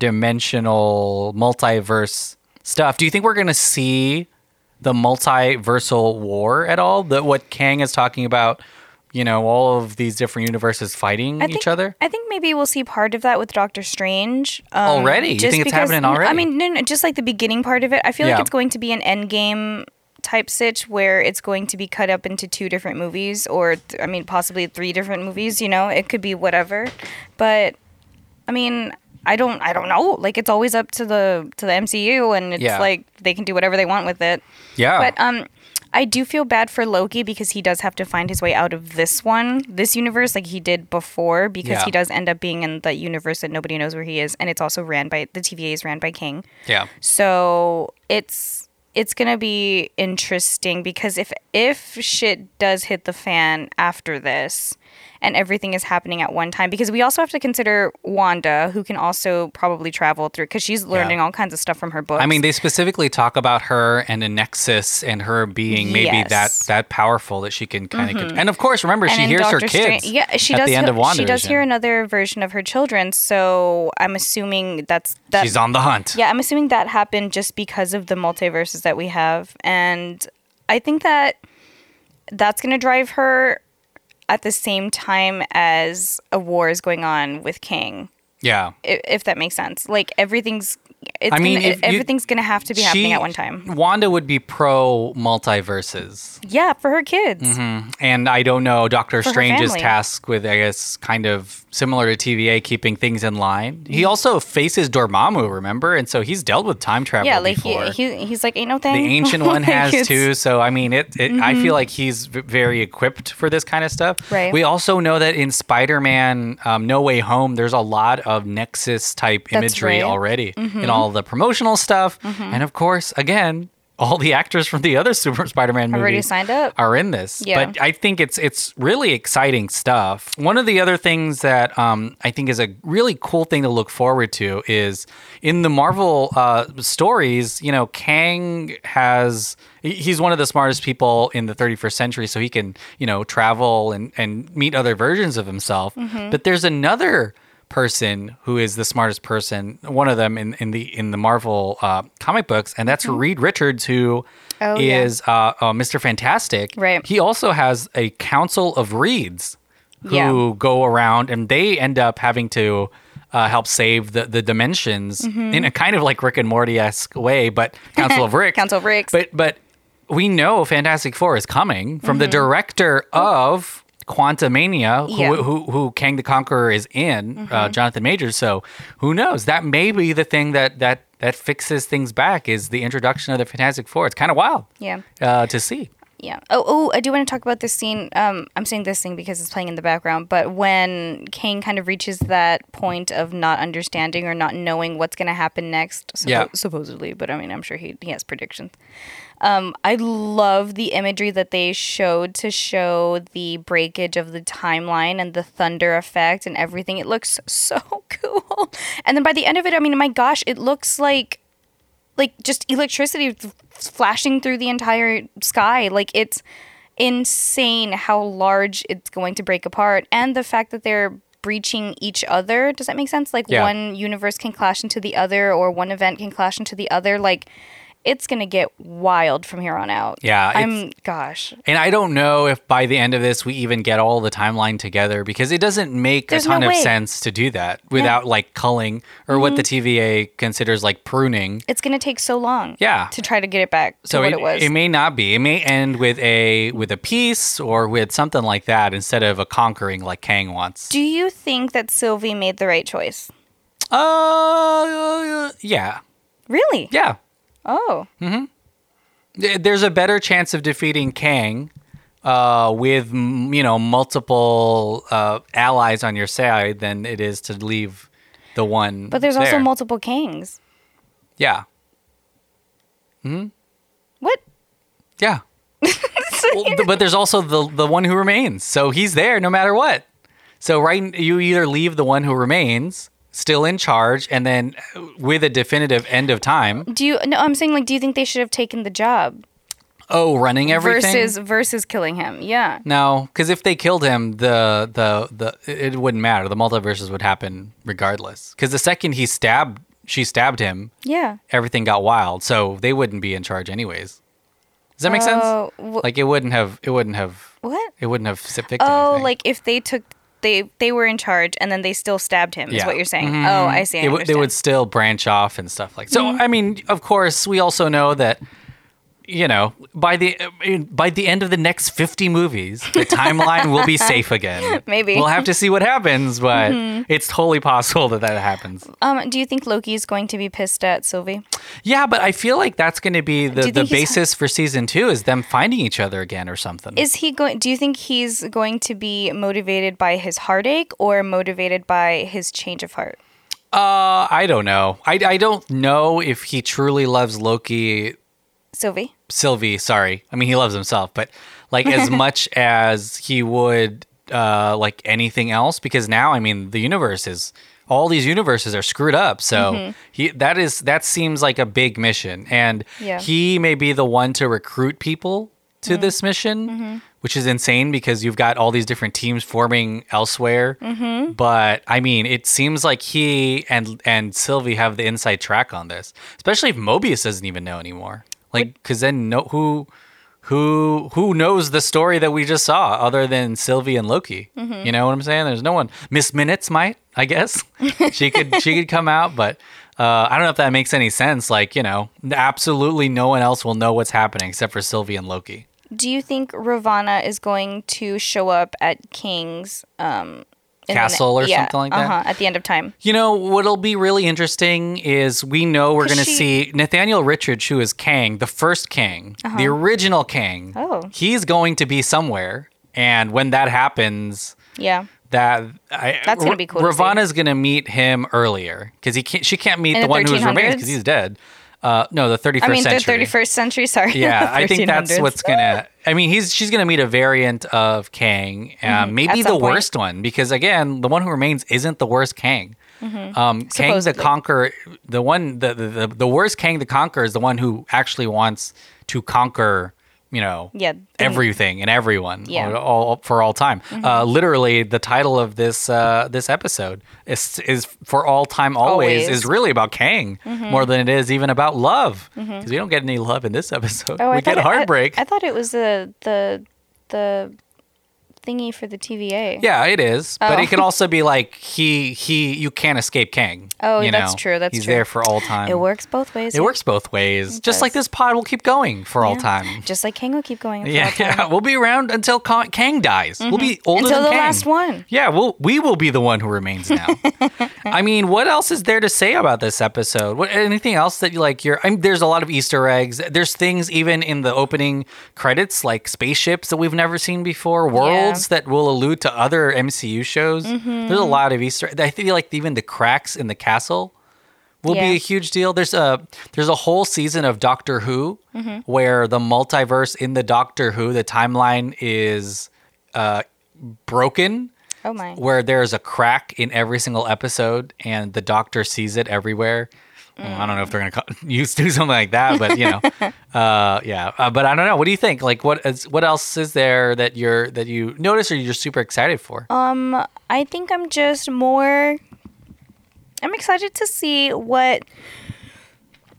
S1: interdimensional multiverse stuff do you think we're gonna see the multiversal war at all that what kang is talking about you know, all of these different universes fighting
S3: I
S1: each
S3: think-
S1: other?
S3: I think maybe we'll see part of that with Doctor Strange. Um,
S1: Already? You
S3: just
S1: think it's happening
S3: no, I
S1: already?
S3: mean, no, no, just like the beginning part of it. I feel
S1: Yeah.
S3: like it's going to be an endgame type sitch where it's going to be cut up into two different movies or, th- I mean, possibly three different movies, you know? It could be whatever. But, I mean... I don't I don't know. Like it's always up to the to the MCU and it's
S1: Yeah.
S3: like they can do whatever they want with it.
S1: Yeah.
S3: But um, I do feel bad for Loki because he does have to find his way out of this one, this universe, like he did before, because
S1: Yeah.
S3: he does end up being in the universe that nobody knows where he is, and it's also ran by the TVA is ran by King.
S1: yeah.
S3: So it's it's gonna be interesting because if if shit does hit the fan after this and everything is happening at one time because we also have to consider Wanda who can also probably travel through because she's learning all kinds of stuff from her books.
S1: I mean, they specifically talk about her and a nexus and her being maybe that
S3: Yes. Mm-hmm.
S1: that powerful that she can kind of. And of course, remember she
S3: in
S1: hears her
S3: Doctor
S1: kids.
S3: Strange- yeah, she
S1: at
S3: does.
S1: the end of
S3: hear- she does
S1: WandaVision.
S3: hear another version of her children. So I'm assuming that's that.
S1: She's on the hunt.
S3: yeah, I'm assuming that happened just because of the multiverses that we have, and I think that that's going to drive her at the same time as a war is going on with King,
S1: Yeah.
S3: i- if that makes sense. Like everything's. It's
S1: I mean,
S3: gonna,
S1: if you-
S3: everything's going to have to be happening
S1: She-
S3: at one time.
S1: Wanda would be pro multiverses.
S3: Yeah, for her kids.
S1: Mm-hmm. And I don't know, Doctor
S3: her
S1: Strange is
S3: family.
S1: tasked with, I guess, kind of similar to TVA, keeping things in line.
S3: Mm-hmm.
S1: He also faces Dormammu, remember? And so he's dealt with time travel
S3: Yeah, like he,
S1: before.
S3: he, he's like ain't no thing. [laughs]
S1: the ancient one
S3: Like,
S1: has
S3: it's- Mm-hmm.
S1: too. So I mean, it. it I feel like he's v- very equipped for this kind of stuff.
S3: Right.
S1: We also know that in Spider-Man: um, No Way Home, there's a lot of Nexus type
S3: That's
S1: imagery
S3: right. Mm-hmm.
S1: already in all the promotional stuff, and of course, again. All the actors from the other Super Spider-Man movies
S3: already signed up.
S1: are in this,
S3: Yeah.
S1: but I think it's it's really exciting stuff. One of the other things that um, I think is a really cool thing to look forward to is in the Marvel uh, stories. You know, Kang has he- he's one of the smartest people in the 31st century, so he can you know travel and and meet other versions of himself.
S3: Mm-hmm.
S1: But there's another person who is the smartest person one of them in, in the in the marvel uh, comic books and that's reed richards who is
S3: Mm-hmm. Oh, yeah.
S1: uh, uh, Mr. Fantastic.
S3: Right.
S1: He also has a council of reeds who
S3: Yeah.
S1: go around and they end up having to uh, help save the, the dimensions
S3: Mm-hmm.
S1: in a kind of like Rick and Morty esque way,
S3: [laughs]
S1: but Council of Ricks.
S3: Council of Ricks.
S1: But but we know Fantastic Four is coming from the director of Quantumania, who,
S3: Mm-hmm. Yeah. Mm-hmm.
S1: who who Kang the Conqueror is in, uh, Jonathan Majors. So who knows? That may be the thing that that that fixes things back is the introduction of the Fantastic Four. It's kind of wild
S3: Yeah.
S1: uh, to see.
S3: Yeah. Oh, oh, I do want to talk about this scene. Um, I'm saying this thing because it's playing in the background, but when Kane kind of reaches that point of not understanding or not knowing what's going to happen next, suppo-
S1: Yeah.
S3: supposedly, but I mean, I'm sure he, he has predictions. Um, I love the imagery that they showed to show the breakage of the timeline and the thunder effect and everything. It looks [laughs] so cool. And then by the end of it, I mean, my gosh, it looks like like just electricity f- flashing through the entire sky. Like it's insane how large it's going to break apart, and the fact that they're breaching each other. Does that make sense? Like
S1: Yeah.
S3: one universe can clash into the other, or one event can clash into the other. Like it's gonna get wild from here on out.
S1: Yeah, it's-
S3: I'm gosh.
S1: And I don't know if by the end of this we even get all the timeline together because it doesn't make
S3: There's
S1: a ton
S3: no
S1: of
S3: way. Mm-hmm.
S1: sense to do that without like culling or what the TVA considers like pruning.
S3: It's gonna take so long.
S1: Yeah.
S3: To try to get it back to
S1: So
S3: what
S1: it,
S3: it, was.
S1: it may not be. It may end with a with a peace or with something like that instead of a conquering like Kang wants.
S3: Do you think that Sylvie made the right choice?
S1: uh, yeah,
S3: Really?
S1: yeah.
S3: Oh.
S1: Th- There's a better chance of defeating Kang uh, with m- you know multiple uh, allies on your side than it is to leave the one.
S3: But there's also
S1: Hmm, there.
S3: multiple kings.
S1: Yeah.
S3: What?
S1: Yeah. Well, th- but there's also the the one who remains. So he's there no matter what. So right you either leave the one who remains still in charge and then uh, with a definitive end of time.
S3: Do you no? I'm saying like, do you think they should have taken the job
S1: Oh, running everything.
S3: versus versus killing him? Yeah.
S1: no, because if they killed him, the the the it wouldn't matter. The multiverses would happen regardless. Because the second he stabbed, she stabbed him.
S3: Yeah.
S1: Everything got wild, so they wouldn't be in charge anyways. Does that make sense?
S3: Oh, wh-
S1: like it wouldn't have. It wouldn't have.
S3: What?
S1: It wouldn't have fit.
S3: Oh,
S1: anything.
S3: like if they took they they were in charge and then they still stabbed him. Is
S1: Yeah.
S3: what you're saying? Oh, I see. I
S1: it would- they
S3: understand. Mm.
S1: would still branch off and stuff like so i mean of course we also know that you know by the I mean, by the end of the next 50 movies the timeline
S3: [laughs]
S1: will be safe again
S3: Maybe. Mm-hmm.
S1: we'll have to see what happens but it's totally possible that that happens
S3: Um, do you think Loki's going to be pissed at Sylvie?
S1: yeah but i feel like that's going to be
S3: Do
S1: the,
S3: you
S1: the
S3: think he's-
S1: basis for season two is them finding each other again or something
S3: Is he going? Do you think he's going to be motivated by his heartache or motivated by his change of heart?
S1: uh, i don't know I, I don't know if he truly loves loki
S3: Sylvie.
S1: Sylvie, sorry. I mean, he loves himself, but like as much as he would uh like anything else because now I mean, the universe is all these universes are screwed up. So he that is that seems like a big mission and
S3: Yeah.
S1: he may be the one to recruit people to this mission, which is insane because you've got all these different teams forming elsewhere. But I mean, it seems like he and and Sylvie have the inside track on this, especially if Mobius doesn't even know anymore. Like, because then no who. Who who knows the story that we just saw other than Sylvie and Loki?
S3: Mm-hmm.
S1: You know what I'm saying? There's no one. Miss Minutes might, I
S3: [laughs]
S1: guess. she could she could come out, but uh, I don't know if that makes any sense. Like you know, absolutely no one else will know what's happening except for Sylvie and Loki.
S3: Do you think Ravana is going to show up at King's um, in the ne-
S1: Castle or something like that?
S3: Uh-huh, at the end of time.
S1: You know what'll be really interesting is we know we're
S3: 'Cause
S1: gonna
S3: she-
S1: see Nathaniel Richards, who is Kang, the first Kang, the original Kang.
S3: Uh-huh. Oh.
S1: he's going to be somewhere, and when that happens,
S3: Yeah.
S1: that I,
S3: That's gonna be cool to see.
S1: Ravana's gonna meet him earlier because he can't. She can't meet
S3: In
S1: the
S3: the
S1: one who was remains
S3: 1300s?
S1: because he's dead. Uh, no, the 31st
S3: I mean, the
S1: century.
S3: [laughs] 31st century. Sorry. [laughs]
S1: Yeah, I think that's
S3: 1300s.
S1: what's gonna. I mean, he's she's gonna meet a variant of Kang, um, maybe
S3: Mm-hmm, at
S1: the
S3: some point.
S1: worst one because again, the one who remains isn't the worst Kang. Um, Kang the
S3: Mm-hmm, Supposedly.
S1: Conqueror, the one the, the the the worst Kang the Conqueror is the one who actually wants to conquer. You know,
S3: Yeah, the-
S1: everything and everyone,
S3: Yeah. Mm-hmm.
S1: all, all- for all time. Uh, literally, the title of this uh, this episode is is for all time always,
S3: Always. Mm-hmm.
S1: is really about Kang more than it is even about love because we don't get any love in this episode.
S3: Oh,
S1: we
S3: I thought
S1: get
S3: it- I-
S1: heartbreak.
S3: I, thought it was the the the thingy for the TVA.
S1: yeah, it is, but
S3: Oh.
S1: it can also be like he he you can't escape Kang.
S3: [laughs] Oh,
S1: you
S3: that's
S1: know?
S3: true, that's
S1: he's
S3: true.
S1: there for all time.
S3: It works both ways.
S1: It works both ways. Just
S3: does.
S1: like this pod will keep going for all
S3: Yeah.
S1: time.
S3: Just like Kang will keep going. for all
S1: Yeah,
S3: time.
S1: yeah, [laughs] we'll be around until Ka- Kang dies. We'll be older
S3: Until
S1: than
S3: the
S1: Kang.
S3: last one.
S1: Yeah, we'll we will be the one who remains
S3: [laughs]
S1: now. I mean, what else is there to say about this episode? What anything else that you like? You're I mean, there's a lot of Easter eggs. There's things even in the opening credits, like spaceships that we've never seen before, worlds that will allude to other MCU shows.
S3: Mm-hmm.
S1: There's a lot of Easter. I feel like even the cracks in the castle will
S3: Yeah.
S1: be a huge deal. There's a there's a whole season of Doctor Who
S3: Mm-hmm.
S1: where the multiverse in the Doctor Who the timeline is uh, broken,
S3: Oh my.
S1: where there's a crack in every single episode, and the Doctor sees it everywhere. Well, I don't know if they're gonna call, [laughs] use do something like that, but you
S3: [laughs]
S1: know, uh, yeah. Uh, but I don't know. What do you think? Like, what is what else is there that you're that you notice or you're super excited for?
S3: Uh, I think I'm just more. I'm excited to see what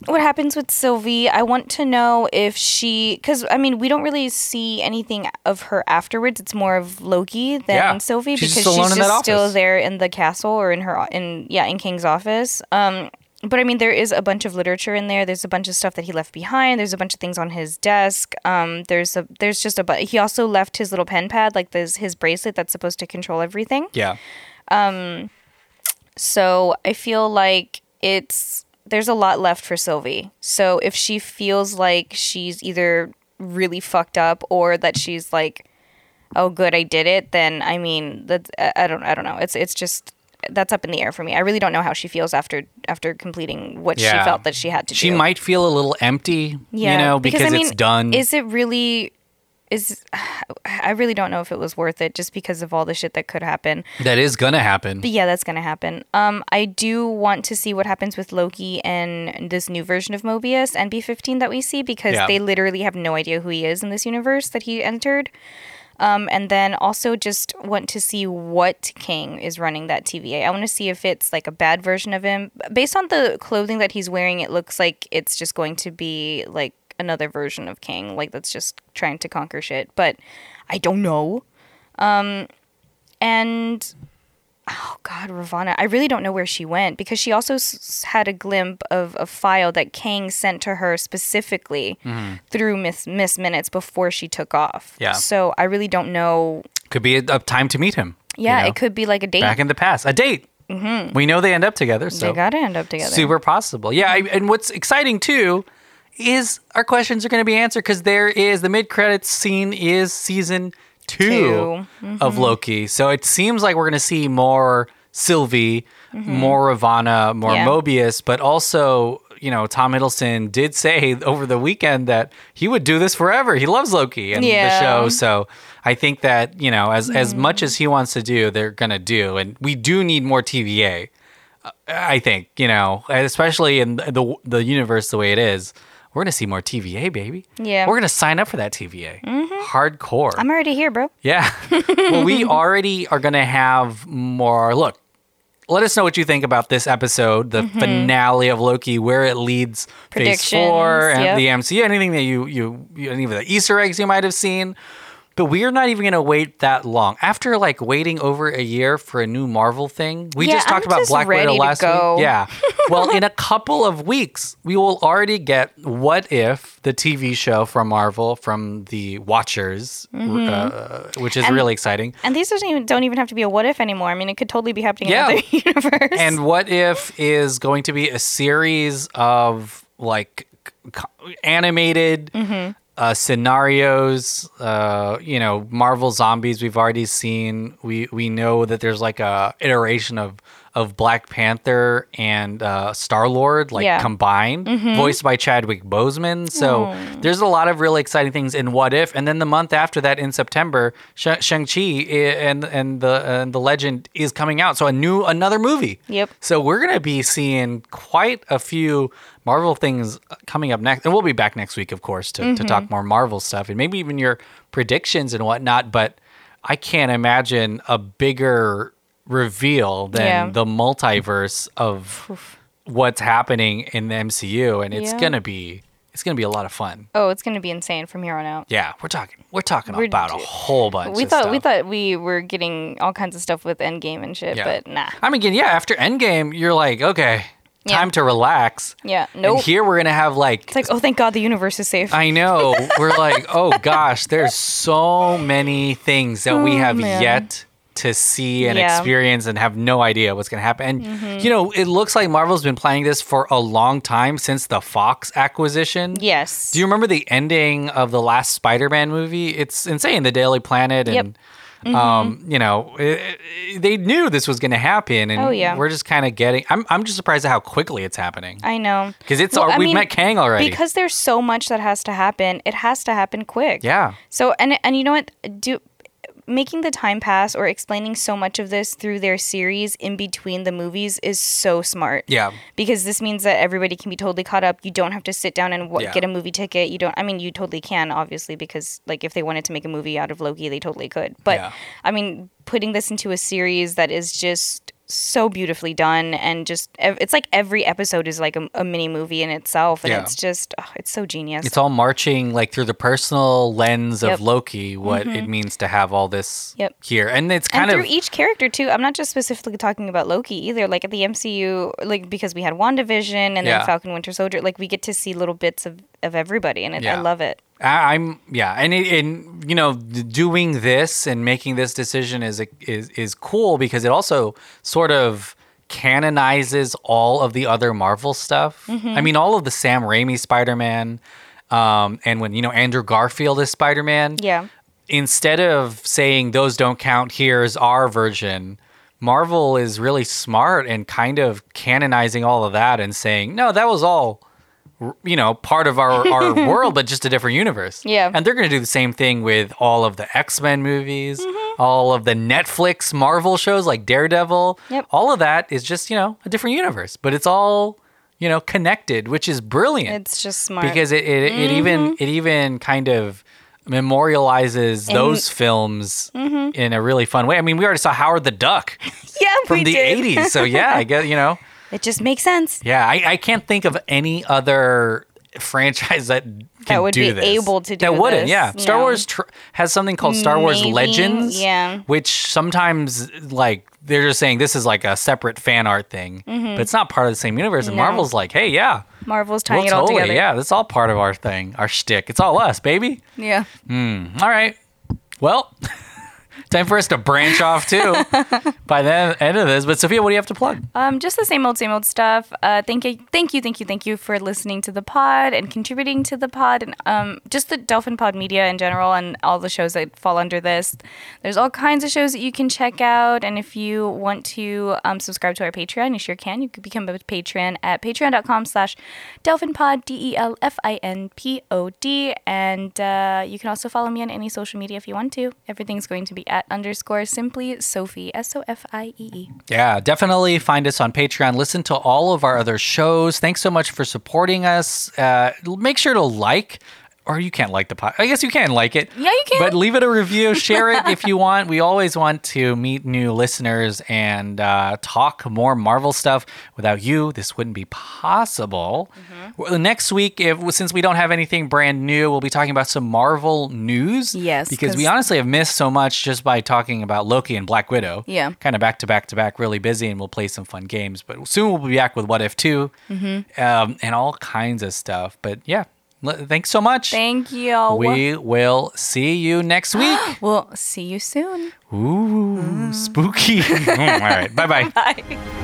S3: what happens with Sylvie. I want to know if she, because I mean, we don't really see anything of her afterwards. It's more of Loki than
S1: Yeah.
S3: Sylvie
S1: She's
S3: because
S1: just alone
S3: she's
S1: in that
S3: just still
S1: office.
S3: there in the castle or in her in yeah in King's office. Um, but I mean, there is a bunch of literature in there. There's a bunch of stuff that he left behind. There's a bunch of things on his desk. Um, there's a there's just a but he also left his little pen pad like this his bracelet that's supposed to control everything.
S1: yeah,
S3: So I feel like it's there's a lot left for Sylvie. So if she feels like she's either really fucked up or that she's like, oh good, I did it, then I mean that I I don't I don't know. It's it's just that's up in the air for me. I really don't know how she feels after after completing what
S1: Yeah.
S3: she felt that she had to
S1: she
S3: do.
S1: might feel a little empty, you know, because,
S3: I mean,
S1: it's done.
S3: Is it really? Is [sighs] I really don't know if it was worth it just because of all the shit that could happen.
S1: that is gonna happen.
S3: But yeah, that's gonna happen. Um, I do want to see what happens with Loki and this new version of Mobius and B fifteen that we see because
S1: Yeah.
S3: they literally have no idea who he is in this universe that he entered. Um, and then also just want to see what King is running that TVA. I want to see if it's like a bad version of him. Based on the clothing that he's wearing, it looks like it's just going to be like like another version of king, like that's just trying to conquer shit. But I don't know. Um, and oh god, Ravana, I really don't know where she went because she also s- had a glimpse of a file that Kang sent to her specifically through Miss Miss Minutes before she took off.
S1: Mm-hmm. Yeah.
S3: So I really don't know.
S1: Could be a, a time to meet him. you
S3: Yeah,
S1: know?
S3: it could be like a date.
S1: Back in the past, a date. We know they end up together, so
S3: they gotta end up together.
S1: super possible. Yeah, I, and what's exciting too is our questions are going to be answered because there is the mid credits scene is season 2
S3: Two. Mm-hmm.
S1: of Loki, so it seems like we're going to see more Sylvie, more Ravana, more
S3: Mm-hmm. Yeah.
S1: Mobius, but also. You know, Tom Hiddleston did say [laughs] over the weekend that he would do this forever. He loves Loki and the
S3: Yeah. Mm-hmm.
S1: show, so I think that you know, as as much as he wants to do, they're gonna do, and we do need more TVA. I think you know, especially in the the universe the way it is, we're gonna see more TVA, baby.
S3: Yeah. Mm-hmm.
S1: we're gonna sign up for that TVA. Hardcore.
S3: I'm already here, bro. [laughs]
S1: yeah. well, we already are gonna have more. Look, let us know what you think about this episode, the
S3: Mm-hmm.
S1: finale of Loki, where it leads phase four
S3: Predictions,
S1: and
S3: yep.
S1: the MCU, anything that you you, you any of the Easter eggs you might have seen. But we are not even going to wait that long. After like waiting over a year for a new Marvel thing, we
S3: Yeah,
S1: just talked
S3: I'm
S1: about
S3: just
S1: Black Widow
S3: ready to
S1: last
S3: go.
S1: week. Yeah. well,
S3: [laughs]
S1: in a couple of weeks, we will already get What If, the TV show from Marvel, from the Watchers, uh, which is really exciting.
S3: Mm-hmm. And these doesn't even don't even have to be a what if anymore. I mean, it could totally be happening
S1: Yeah.
S3: in another [laughs] universe.
S1: And what if is going to be a series of like c- c- animated uh, scenarios? Uh, you know, Marvel zombies we've already seen. We we know that there's like a iteration of of Black Panther and uh, Star Lord like
S3: Yeah.
S1: combined,
S3: Mm-hmm.
S1: voiced by Chadwick Boseman. So
S3: Oh.
S1: there's a lot of really exciting things in What If, and then the month after that in September, Sh- Shang Chi and and the and the Legend is coming out. So a new another movie.
S3: Yep.
S1: So we're gonna be seeing quite a few Marvel things uh, coming up next, and we'll be back next week, of course, to to
S3: Mm-hmm.
S1: talk more Marvel stuff and maybe even your predictions and whatnot. But I can't imagine a bigger reveal than
S3: Yeah.
S1: the multiverse of what's happening in the MCU, and it's
S3: Yeah.
S1: gonna be it's gonna be a lot of fun.
S3: oh, it's gonna be insane from here on out.
S1: Yeah, we're talking we're talking
S3: We're-
S1: about a whole bunch.
S3: we
S1: of
S3: thought
S1: stuff.
S3: we thought we were getting all kinds of stuff with Endgame and shit,
S1: Yeah.
S3: but nah.
S1: I mean, again, yeah. After Endgame, you're like, okay,
S3: Yeah.
S1: time to relax.
S3: Yeah,
S1: And
S3: nope.
S1: here we're gonna have like,
S3: It's like, oh, thank God, the universe is safe.
S1: I
S3: [laughs]
S1: know we're like, oh gosh, there's so many things that we have yet to see and
S3: Oh, Yeah. Mm-hmm.
S1: experience and have no idea what's gonna happen. And you know, it looks like Marvel's been planning this for a long time since the Fox acquisition.
S3: yes.
S1: Do you remember the ending of the last Spider-Man movie? It's insane. The Daily Planet and.
S3: Yep. Mm-hmm.
S1: Um, you know, i i they knew this was going to happen, and
S3: Oh, yeah.
S1: we're just kind of getting. I'm, I'm just surprised at how quickly it's happening.
S3: I know.
S1: Because it's
S3: Well,
S1: al-
S3: I
S1: we've
S3: mean,
S1: met Kang already.
S3: Because there's so much that has to happen, it has to happen quick.
S1: yeah,
S3: So and and you know what? Do making the time pass or explaining so much of this through their series in between the movies is so smart.
S1: yeah,
S3: Because this means that everybody can be totally caught up. You don't have to sit down and w-
S1: Yeah.
S3: get a movie ticket. You don't. I mean, you totally can, obviously, because like if they wanted to make a movie out of Loki, they totally could. But
S1: Yeah.
S3: I mean, putting this into a series that is just so beautifully done and just ev- it's like every episode is like a, a mini movie in itself and
S1: Yeah.
S3: it's just oh, it's so genius
S1: it's all marching like through the personal lens
S3: Yep. Mm-hmm.
S1: of Loki, what it means to have all this
S3: Yep.
S1: here, and it's
S3: and
S1: kind
S3: through
S1: of
S3: each character too. I'm not just specifically talking about Loki either. Like at the MCU, like because we had WandaVision and
S1: Yeah.
S3: then Falcon Winter Soldier, like we get to see little bits of, of everybody, and it,
S1: Yeah.
S3: I love it.
S1: I, I'm yeah, and it, and you know, d- doing this and making this decision is is is cool because it also sort of canonizes all of the other Marvel stuff. I mean, all of the Sam Raimi Spider Man, um, and when you know Andrew Garfield is Spider Man,
S3: Yeah.
S1: Instead of saying those don't count, here's our version. Marvel is really smart and kind of canonizing all of that and saying, no, that was all you know, part of our,
S3: [laughs]
S1: our world, but just a different universe.
S3: Yeah.
S1: And they're going to do the same thing with all of the X Men movies,
S3: Mm-hmm.
S1: all of the Netflix Marvel shows like Daredevil.
S3: Yep.
S1: All of that is just, you know, a different universe, but it's all, you know, connected, which is brilliant
S3: It's just smart.
S1: because it, it, it even
S3: Mm-hmm.
S1: it even kind of memorializes those films
S3: Mm-hmm.
S1: in a really fun way. I mean, we already saw Howard the
S3: [laughs]
S1: Duck
S3: yeah,
S1: from
S3: we
S1: the
S3: did. [laughs]
S1: 80s. So yeah, I guess, you know.
S3: It just makes sense.
S1: Yeah, I, I can't think of any other franchise that can
S3: That would
S1: do
S3: be
S1: this.
S3: able to do
S1: that wouldn't.
S3: this,
S1: Yeah, Star
S3: no.
S1: Wars tr- has something called Star Wars
S3: Maybe,
S1: Legends.
S3: yeah.
S1: which sometimes like they're just saying this is like a separate fan art thing,
S3: Mm-hmm.
S1: but it's not part of the same universe. And Marvel's like, hey, yeah,
S3: Marvel's tying
S1: we'll
S3: it all
S1: totally,
S3: together.
S1: yeah, that's all part of our thing, our shtick. It's all us, baby.
S3: Yeah.
S1: All right. Well, [laughs] time for us to branch off
S3: [laughs]
S1: too by the end of this. But Sophia, what do you have to plug?
S3: Um, just the same old, same old stuff. Uh, thank you, thank you, thank you, thank you for listening to the pod and contributing to the pod, and um, just the Dolphin Pod Media in general, and all the shows that fall under this. There's all kinds of shows that you can check out, and if you want to um, subscribe to our Patreon, you sure can. You can become a patron at patreon.com/slash delphinpod d e l f i n p o d, and uh, you can also follow me on any social media if you want to. Everything's going to be at underscore simply Sophie S O F I E E.
S1: Yeah, definitely find us on Patreon. Listen to all of our other shows. Thanks so much for supporting us. Uh, make sure to like, or you can't like the pod. I guess you can like it.
S3: Yeah, you can.
S1: But leave it a review. Share it
S3: [laughs]
S1: if you want. We always want to meet new listeners and uh, talk more Marvel stuff. Without you, this wouldn't be possible.
S3: Mm-hmm.
S1: Well, next week, if since we don't have anything brand new, we'll be talking about some Marvel news.
S3: Yes,
S1: because we
S3: 'cause-
S1: honestly have missed so much just by talking about Loki and Black Widow
S3: Yeah.
S1: kind of back to back to back, really busy, and we'll play some fun games. But soon we'll be back with What If 2
S3: Mm-hmm.
S1: um, and all kinds of stuff. But yeah, l- thanks so much.
S3: Thank you.
S1: we will see you next
S3: [gasps]
S1: week.
S3: We'll see you soon.
S1: Ooh, spooky. [laughs] all right, bye bye.
S3: Bye.